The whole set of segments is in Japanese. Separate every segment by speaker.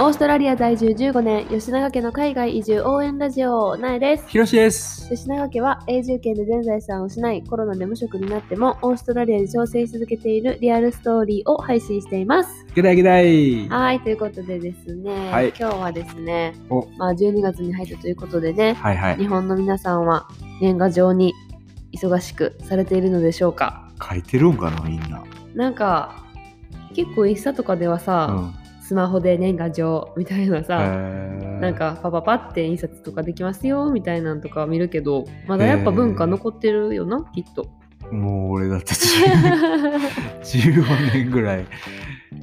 Speaker 1: オーストラリア在住15年、吉永家の海外移住応援ラジオ、なえです。
Speaker 2: ひろしです。
Speaker 1: 吉永家は永住権で全財産を失い、コロナで無職になっても、オーストラリアで挑戦し続けているリアルストーリーを配信しています。
Speaker 2: ゲダイゲダイ。
Speaker 1: はい、ということでですね、
Speaker 2: はい
Speaker 1: 今日はですね
Speaker 2: お、
Speaker 1: まあ、12月に入ったということでね、
Speaker 2: はいは
Speaker 1: 日
Speaker 2: い。
Speaker 1: 本の皆さんは年賀状に忙しくされているのでしょうか
Speaker 2: 書いてるんかな、みんな。
Speaker 1: なんか結構インスタとかでは
Speaker 2: う
Speaker 1: さ、
Speaker 2: ん。
Speaker 1: スマホで年賀状みたいなさ、
Speaker 2: な
Speaker 1: なん。かパパパって印刷とかできますよみたいなのとか見るけどまだやっぱ文化残ってるよな、きっと。
Speaker 2: もう俺だ って10 15年ぐらい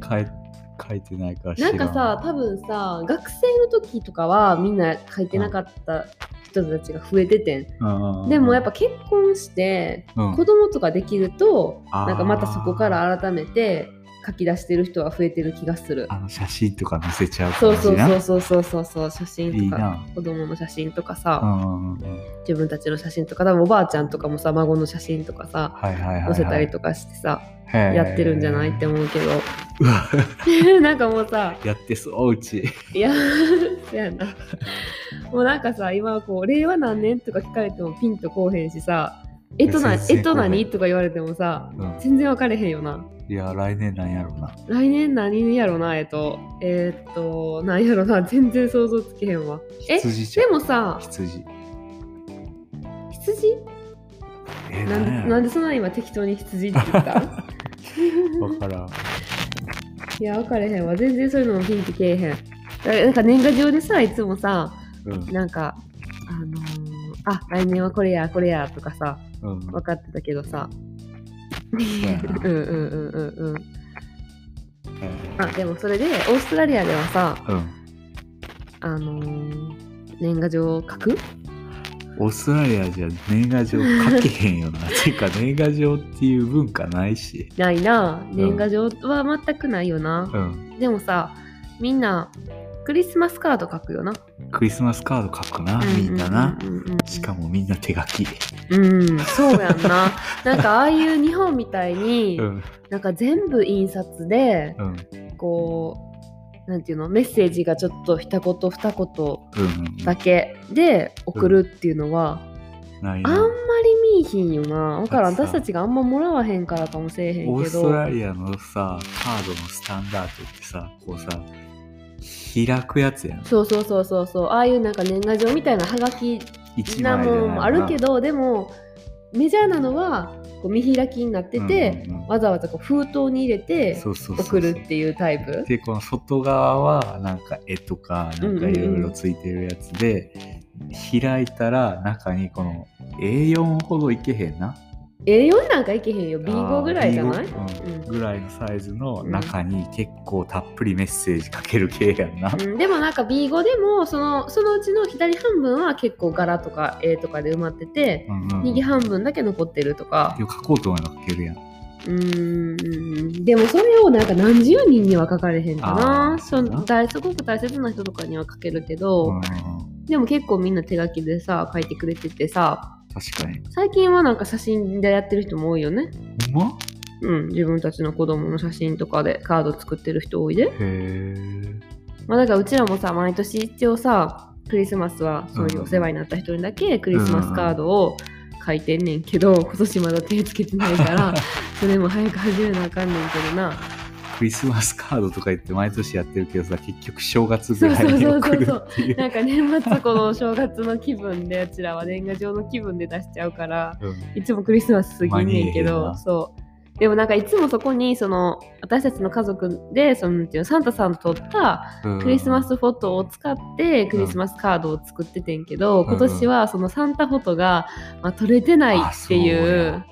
Speaker 2: 書い書いてないから知
Speaker 1: な
Speaker 2: ら
Speaker 1: んかさ多分さ学生の時とかはみんな書いてなかった人たちが増えててん、
Speaker 2: うんうん
Speaker 1: でもやっぱ結婚して
Speaker 2: うん
Speaker 1: 子供とかできると
Speaker 2: あー
Speaker 1: なんかまたそこから改めて書き出してる人は増えてる気がする
Speaker 2: あの写真とか載せちゃう
Speaker 1: そ
Speaker 2: 感
Speaker 1: う
Speaker 2: じ
Speaker 1: そう
Speaker 2: な。
Speaker 1: そうそうそうそうそう写
Speaker 2: い
Speaker 1: 真
Speaker 2: い
Speaker 1: とか
Speaker 2: な。
Speaker 1: 子供の写真とか
Speaker 2: う
Speaker 1: さ
Speaker 2: んうんうんうん。
Speaker 1: 自分たちの写真とか多分おばあちゃんとかもさ孫の写真とかさ
Speaker 2: はいはいはいはい。
Speaker 1: 載せたりとかしてさ
Speaker 2: へー
Speaker 1: やってるんじゃないって思うけ
Speaker 2: うわ
Speaker 1: ど なんかもうさ
Speaker 2: やってそう、うち。
Speaker 1: いや そやなもうなんかさ今こう令和何年とか聞かれてもピンとこうへんしさえとな
Speaker 2: 全
Speaker 1: え
Speaker 2: 然
Speaker 1: と
Speaker 2: こうへん
Speaker 1: 何とか言われてもさ
Speaker 2: うん
Speaker 1: 全然分かれへんよない
Speaker 2: や、来年なんやろうな。
Speaker 1: 来年何やろなえっとえーっと何やろな全然想像つけへんわえ
Speaker 2: 羊じゃ
Speaker 1: で
Speaker 2: ん。
Speaker 1: もさ
Speaker 2: 羊。
Speaker 1: 羊
Speaker 2: えー、
Speaker 1: なんん
Speaker 2: や
Speaker 1: で
Speaker 2: ろ
Speaker 1: なんでそんな今適当に羊って言った
Speaker 2: わからん。
Speaker 1: いや分かれへんわ全然そういうのもピンとけえへんだなんか年賀状でさいつもさ
Speaker 2: うん
Speaker 1: なんかあのーあ来年はこれやこれやとかさ
Speaker 2: うん。
Speaker 1: 分かってたけどさ
Speaker 2: そうやな
Speaker 1: うんうんうんうんうん
Speaker 2: え
Speaker 1: あでもそれでオーストラリアではさ
Speaker 2: ーうん。
Speaker 1: あのー年賀状書く
Speaker 2: オーストラリアじゃ年賀状書けへん よな。ていうか年賀状っていう文化ないし。
Speaker 1: ないなあ
Speaker 2: ん
Speaker 1: 年賀状は全くないよな、
Speaker 2: うん。
Speaker 1: でもさみんなクリスマスカード書くよな
Speaker 2: クリスマスカード書くな、みんなな。しかもみんな手書き。
Speaker 1: うんそうやんななんかああいう日本みたいに、
Speaker 2: うん。
Speaker 1: なんか全部印刷で
Speaker 2: うん。うん。
Speaker 1: こうなんていうのメッセージがちょっと一言二言
Speaker 2: うん。
Speaker 1: だけで送るっていうのは、
Speaker 2: ない
Speaker 1: あん
Speaker 2: な
Speaker 1: ま。り見いひんよなだからん私たちがあんまもらわへんからかもしれへん
Speaker 2: オー
Speaker 1: け
Speaker 2: スト
Speaker 1: ど
Speaker 2: ラリアのさ、カードのスタンダードってさ、こうさ、開くやつやん。
Speaker 1: そうそうそうそうそうああいうなんか年賀状みたいなハガキ
Speaker 2: 一
Speaker 1: な
Speaker 2: 枚じゃない
Speaker 1: もんもあるけ
Speaker 2: ど、
Speaker 1: どでもメジャーなのはこう見開きになってて、
Speaker 2: うんうんうん
Speaker 1: わざわざこう封筒に入れて
Speaker 2: そうそうそう
Speaker 1: 送るっていうタイプ
Speaker 2: でこの外側はなんか絵とかなんかいろいろついてるやつで、開いたら中にこの A4 ほどいけへんな
Speaker 1: A4 なんかいけへんよ B5 ぐらいじゃない
Speaker 2: あー B5 うん
Speaker 1: うん
Speaker 2: ぐらいのサイズの中に結構たっぷりメッセージかける系やんな、
Speaker 1: うん、でもなんか B5 でもそのそのうちの左半分は結構柄とか絵とかで埋まってて、
Speaker 2: うんうん
Speaker 1: 右半分だけ残ってるとか
Speaker 2: でも書こうと思えば書けるやん
Speaker 1: うーんでもそれをなんか何十人には書かれへんか
Speaker 2: あ
Speaker 1: な
Speaker 2: ー
Speaker 1: その大すごく大切な人とかには書けるけど、
Speaker 2: うんうんうん
Speaker 1: でも結構みんな手書きでさ書いてくれててさ
Speaker 2: 確かに
Speaker 1: 最近はなんか写真でやってる人も多いよね
Speaker 2: うまっ
Speaker 1: うん自分たちの子供の写真とかでカード作ってる人多いで
Speaker 2: へえ
Speaker 1: まあだからうちらもさ毎年一応さクリスマスはそういうお世話になった人にだけクリスマスカードを書いてんねんけど、今年まだ手つけてないから それも早く始めなあかんねんけどな
Speaker 2: クリスマスカードとか言って毎年やってるけどさ結局正月ぐらいに
Speaker 1: そうそう
Speaker 2: 送
Speaker 1: そう
Speaker 2: る
Speaker 1: そう
Speaker 2: っていう
Speaker 1: なんか年末この正月の気分でうちらは年賀状の気分で出しちゃうから
Speaker 2: うん
Speaker 1: いつもクリスマス過ぎんねんけ
Speaker 2: 間に合えへん
Speaker 1: ど、
Speaker 2: な
Speaker 1: そう。でもなんかいつもそこにその私たちの家族でそのなんていうのサンタさんと撮った
Speaker 2: うん
Speaker 1: クリスマスフォトを使ってクリスマスカードを作っててんけど、
Speaker 2: ん
Speaker 1: 今年はそのサンタフォトが、まあ、撮れてないってい
Speaker 2: あ
Speaker 1: う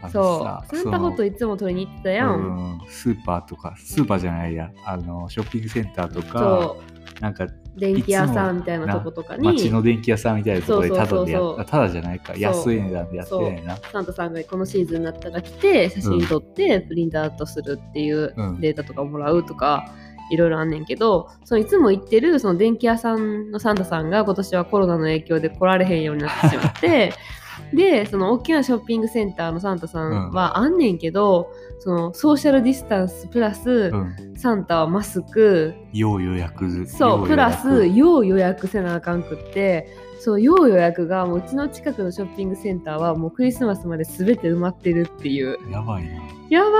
Speaker 2: あの
Speaker 1: そう
Speaker 2: さ
Speaker 1: サンタフォトいつも撮りに行ってたや、
Speaker 2: うんんスーパーとかスーパーじゃないやあのショッピングセンターとか
Speaker 1: そ
Speaker 2: なんか
Speaker 1: う電気屋さんみたいなとことかに
Speaker 2: 街の電気屋さんみたいなところで
Speaker 1: そう
Speaker 2: タ
Speaker 1: そ
Speaker 2: ダ
Speaker 1: うそうそ
Speaker 2: でや
Speaker 1: う
Speaker 2: ったタダじゃないか
Speaker 1: そう
Speaker 2: 安い値段でやってないな
Speaker 1: サンタさんがこのシーズンになったら来て写真撮ってプリントアウトするっていう
Speaker 2: うん
Speaker 1: データとかもらうとか、いろいろあんねんけどそのいつも行って るその電気屋さんのサンタさんが今年はコロナの影響で来られへんようになってしまってでその大きなショッピングセンターのサンタさんはあんねんけど、そのソーシャルディスタンスプラス、
Speaker 2: うん。
Speaker 1: サンタはマスク
Speaker 2: 要予約。
Speaker 1: そうプラ
Speaker 2: 要
Speaker 1: ス
Speaker 2: 予約
Speaker 1: 要予約せなあかんくってそう要予約がもううちの近くのショッピングセンターはもうクリスマスまで全て埋まってるっていう
Speaker 2: やばいな。
Speaker 1: やば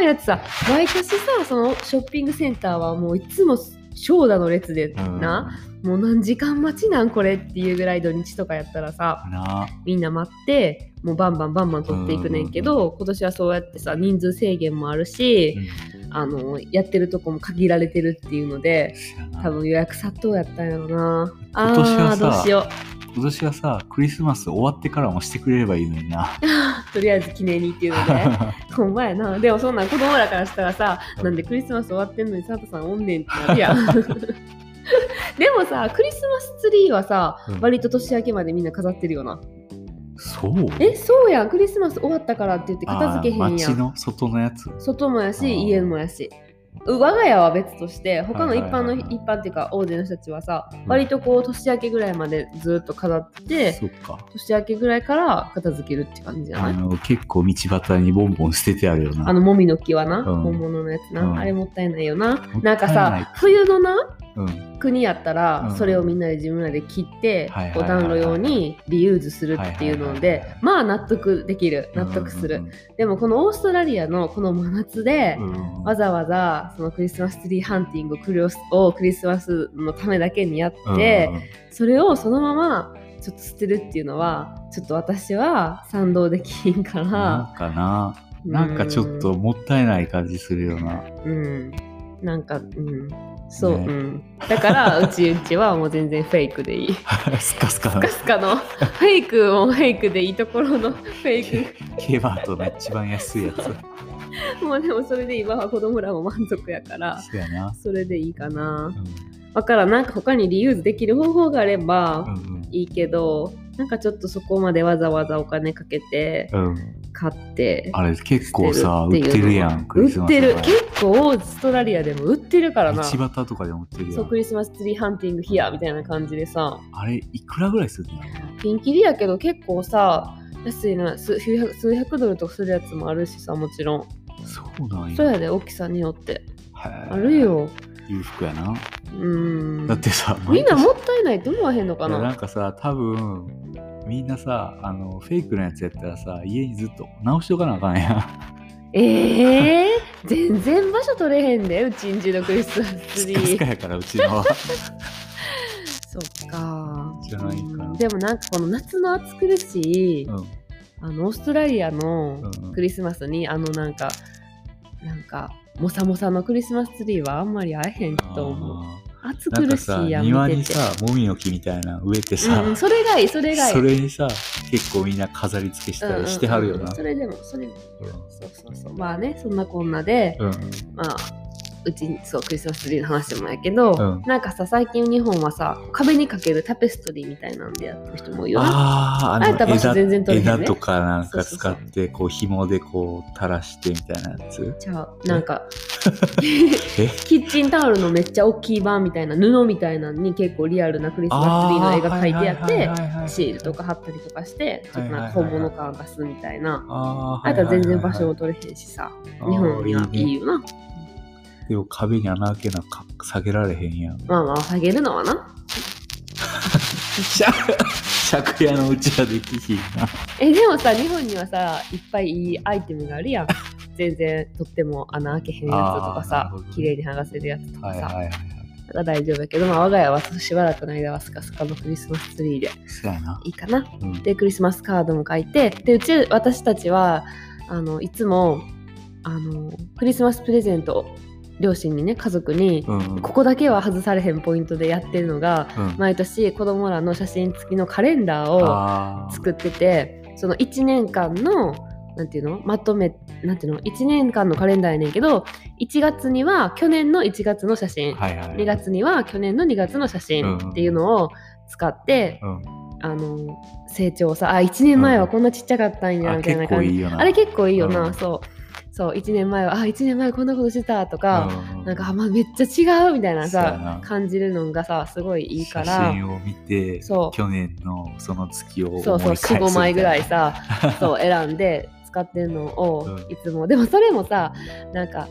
Speaker 1: ーいやつさ毎年さそのショッピングセンターはもういつも長蛇の列で
Speaker 2: うん
Speaker 1: な、。もう何時間待ちなんこれっていうぐらい土日とかやったらさ
Speaker 2: な。
Speaker 1: みんな待ってもうバンバンバンバン取っていくねんけど、今年はそうやってさ人数制限もあるし、あのやってるとこも限られてるっていうので多分予約殺到やったんやろなあ
Speaker 2: 今年は
Speaker 1: ー
Speaker 2: さ
Speaker 1: どうしよ
Speaker 2: 今年はさ、クリスマス終わってからもしてくれればいいのにな。
Speaker 1: うとりあえず記念にっていうの でほんまやなでもそんなん子供らからしたらさなんでクリスマス終わってんのにサンタさんおんねんってなるや んでもさクリスマスツリーはさ
Speaker 2: うん
Speaker 1: 割と年明けまでみんな飾ってるよな
Speaker 2: そう
Speaker 1: えそうやんクリスマス終わったからって言って片付けへ
Speaker 2: あー
Speaker 1: んや
Speaker 2: 街
Speaker 1: ん
Speaker 2: の外のやつ。
Speaker 1: 外もや
Speaker 2: あー
Speaker 1: し家もやしう我が家は別として他の
Speaker 2: はい
Speaker 1: 一
Speaker 2: はい
Speaker 1: 般
Speaker 2: はい
Speaker 1: の
Speaker 2: はい
Speaker 1: 一般っていうか大勢の人たちはさ
Speaker 2: うん
Speaker 1: 割とこう年明けぐらいまでずっと飾って
Speaker 2: そっか。
Speaker 1: 年明けぐらいから片付けるって感じじゃな
Speaker 2: あ
Speaker 1: い、
Speaker 2: の、結構道端にボンボン捨ててあるよな。
Speaker 1: あのもみの木はな、
Speaker 2: うん
Speaker 1: 本物のやつな、
Speaker 2: うん
Speaker 1: あれもったいないよな、
Speaker 2: いない
Speaker 1: なんかさ冬のな
Speaker 2: うん。
Speaker 1: 国やったら、
Speaker 2: うん
Speaker 1: それをみんなで自分らで切って、
Speaker 2: はいはい
Speaker 1: こう
Speaker 2: はいはい
Speaker 1: 暖炉用にリユーズするっていうので、
Speaker 2: はいはいはいはい
Speaker 1: まあ納得できる納得する、でもこのオーストラリアのこの真夏で、
Speaker 2: うんうんうん。
Speaker 1: わざわざそのクリスマスツリーハンティングをクリスをクリスマスのためだけにやって、
Speaker 2: うんうん
Speaker 1: それをそのままちょっと捨てるっていうのはちょっと私は賛同できひんか
Speaker 2: な
Speaker 1: ら、
Speaker 2: んかな。なんかちょっともったいない感じするよな。
Speaker 1: うんなんかうんそう、
Speaker 2: ね
Speaker 1: うんだからうちうちはもう全然フェイクでいい
Speaker 2: スカスカ
Speaker 1: ス
Speaker 2: な
Speaker 1: カスカのフェイクもフェイクでいいところのフェイ
Speaker 2: ケバートの一番安いやつ。
Speaker 1: クもうでもそれで今は子供らも満足やから
Speaker 2: そうやな。
Speaker 1: それでいいかな
Speaker 2: うん
Speaker 1: わからんなんか他にリユーズできる方法があれば、
Speaker 2: うん
Speaker 1: いいけどなんかちょっとそこまでわざわざお金かけて
Speaker 2: うんうん、
Speaker 1: 買って
Speaker 2: あれ結構さ
Speaker 1: っ
Speaker 2: 売
Speaker 1: ていう
Speaker 2: っ
Speaker 1: のは
Speaker 2: てるやんク
Speaker 1: 売
Speaker 2: リス
Speaker 1: っ
Speaker 2: マス
Speaker 1: て
Speaker 2: だ
Speaker 1: る
Speaker 2: から
Speaker 1: 結構オーストラリアでも売ってるからなそ
Speaker 2: 道端とかでも売ってるや
Speaker 1: うんクリスマスツリーハンティングヒアみたいな感じでさ
Speaker 2: あれいくらぐらいするんだろ
Speaker 1: ピンキリやけど結構さ安いな数数百数百ドルとかするやつもあるしさもちろん
Speaker 2: うそうなん
Speaker 1: そう
Speaker 2: や
Speaker 1: やで大きさによってあ
Speaker 2: あ
Speaker 1: るよ
Speaker 2: 裕福やな
Speaker 1: うーん
Speaker 2: だってさ
Speaker 1: みんな
Speaker 2: っ
Speaker 1: もったいないと思わへんのか
Speaker 2: なな
Speaker 1: なん
Speaker 2: かさ多分みんなさあのフェイクのやつやったらさ家にずっと直しとかなあかんやん
Speaker 1: ええー、全然場所取れへんでうちんちのクリスマスツ
Speaker 2: ス
Speaker 1: リ
Speaker 2: カ
Speaker 1: ー
Speaker 2: スカやからうち のは
Speaker 1: そっか。
Speaker 2: じゃないかな
Speaker 1: でもなんかこの夏の暑苦しい、
Speaker 2: うんうん
Speaker 1: あのオーストラリアの
Speaker 2: うん
Speaker 1: クリスマスに、あのなんかなんかもさもさのクリスマスツリーはあんまり会えへんと思う。
Speaker 2: あ
Speaker 1: 暑
Speaker 2: ーなん
Speaker 1: 苦
Speaker 2: か
Speaker 1: し
Speaker 2: さ
Speaker 1: いやん
Speaker 2: 庭
Speaker 1: 見
Speaker 2: に
Speaker 1: てて。
Speaker 2: さもみの木みたいなの植えてさ、
Speaker 1: うんうん、それがいいそれがいい。
Speaker 2: それにさ結構みんな飾り付けし
Speaker 1: うん
Speaker 2: た
Speaker 1: うんうん
Speaker 2: りしてはるよな
Speaker 1: それでもそれも
Speaker 2: うん
Speaker 1: そうそうそうまあねそんなこんなで、
Speaker 2: うん
Speaker 1: まあうちにそうクリスマスツリーの話もやけど、
Speaker 2: うん
Speaker 1: なんかさ最近日本はさ壁にかけるタペストリーみたいなんでやってる人もいるよな
Speaker 2: あー
Speaker 1: あんた
Speaker 2: あの
Speaker 1: 場所
Speaker 2: 枝
Speaker 1: 全然取れへん
Speaker 2: 枝
Speaker 1: ね
Speaker 2: とかなんか
Speaker 1: そう
Speaker 2: 使
Speaker 1: そう
Speaker 2: っ
Speaker 1: そ
Speaker 2: てこう紐でこう垂らしてみたいなやつ
Speaker 1: じゃあなんか
Speaker 2: え
Speaker 1: キッチンタオルのめっちゃ大きい版みたいな布みたいなのに結構リアルなクリスマスツリーの絵が描いてあってシールとか貼ったりとかしてちょっとなんか本物感出すみたいな
Speaker 2: あ
Speaker 1: あ
Speaker 2: ー
Speaker 1: とは全然場所
Speaker 2: は
Speaker 1: も取れへんしさ
Speaker 2: い
Speaker 1: 日
Speaker 2: はいはい
Speaker 1: 本には
Speaker 2: あー
Speaker 1: い
Speaker 2: いいね
Speaker 1: いよな
Speaker 2: でも壁に穴開けなか下げられへんやん
Speaker 1: まあまあ下げるのはな
Speaker 2: 借家のうちはできひん な
Speaker 1: えでもさ日本にはさいっぱいいいアイテムがあるや ん全然とっても穴開けへんやつとかさ
Speaker 2: あーなるほどね
Speaker 1: 綺麗に剥がせるやつとか
Speaker 2: はい
Speaker 1: さ、
Speaker 2: はいはい
Speaker 1: だから大丈夫やけど、まあ、我が家はしばらくの間はスカスカのクリスマスツリーで
Speaker 2: そうやない
Speaker 1: いかな
Speaker 2: うん
Speaker 1: でクリスマスカードも書いてでうち私たちはあのいつもあのクリスマスプレゼントを両親にね家族に、
Speaker 2: うん
Speaker 1: ここだけは外されへんポイントでやってるのが
Speaker 2: うん
Speaker 1: 毎年子供らの写真付きのカレンダーを
Speaker 2: あー
Speaker 1: 作っててその1年間のなんていうのまとめなんていうの1年間のカレンダーやねんけど1月には去年の1月の写真、
Speaker 2: はいはい
Speaker 1: 2月には去年の2月の写真っていうのを使って、
Speaker 2: うん
Speaker 1: あの成長さあ1年前はこんなちっちゃかったんや
Speaker 2: あ
Speaker 1: みたい
Speaker 2: 結
Speaker 1: な
Speaker 2: 構
Speaker 1: 感じ、
Speaker 2: いいよな
Speaker 1: あれ結構いいよな、
Speaker 2: うん
Speaker 1: そうそう1年前はあ1年前こんなことしてたとか、
Speaker 2: う
Speaker 1: なんかあ、まあ、めっちゃ違うみたいな
Speaker 2: そうや
Speaker 1: さ
Speaker 2: な
Speaker 1: 感じるのがさすごいいいから
Speaker 2: 写真を見て
Speaker 1: そう
Speaker 2: 去年のその月を思い
Speaker 1: そうそう
Speaker 2: 返すみたいな
Speaker 1: 45枚ぐらい さそう選んで使ってるのを
Speaker 2: うん
Speaker 1: いつも、でもそれもさなんか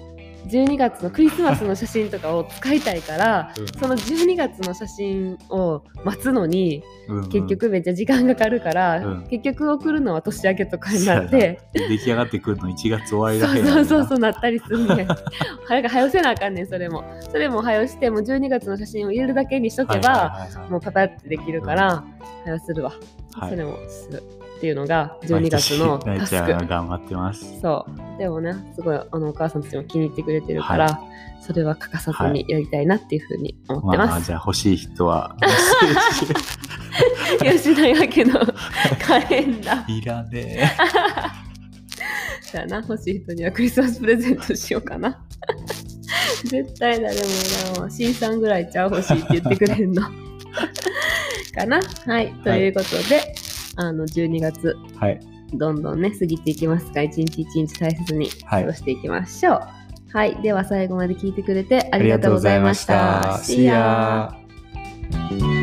Speaker 1: 12月のクリスマスの写真とかを使いたいから
Speaker 2: うん
Speaker 1: その12月の写真を待つのに
Speaker 2: うんうん
Speaker 1: 結局めっちゃ時間がかかるから、
Speaker 2: うん
Speaker 1: 結局送るのは年明けとかになって。
Speaker 2: そうやな出来上がってくるの1月終わり
Speaker 1: そ
Speaker 2: らへ
Speaker 1: うん
Speaker 2: や
Speaker 1: そう
Speaker 2: もん
Speaker 1: そ
Speaker 2: な
Speaker 1: うそうなったりするねん 早く早よせなあかんねんそれもそれも早よしてもう12月の写真を入れるだけにしとけば、
Speaker 2: はいはいはいはい
Speaker 1: もうパパってできるから、早よするわ
Speaker 2: はい
Speaker 1: それもするっていうのが12月の
Speaker 2: 毎
Speaker 1: タ
Speaker 2: 年
Speaker 1: ス
Speaker 2: なえちゃん
Speaker 1: ク
Speaker 2: が頑張ってます
Speaker 1: そうでもねすごいあのお母さんたちも気に入ってくれてるから、それは欠かさずにやりたいなっていうふうに思って
Speaker 2: ま
Speaker 1: ま
Speaker 2: あ
Speaker 1: す、
Speaker 2: じゃあ欲しい 人は
Speaker 1: 吉永家のカレンダー
Speaker 2: いらね
Speaker 1: じゃあな欲しい人にはクリスマスプレゼントしようかな 絶対誰もいらんわ C さんぐらいちゃう欲しいって言ってくれるの かなはいということで、あの12月
Speaker 2: えはい
Speaker 1: どんどんね、過ぎていきますが、一日一日大切に
Speaker 2: は
Speaker 1: 過
Speaker 2: い
Speaker 1: ごしていきましょう。はい、では最後まで聞いてくれてありがとうございました。
Speaker 2: ありがとうございました
Speaker 1: See ya.
Speaker 2: See ya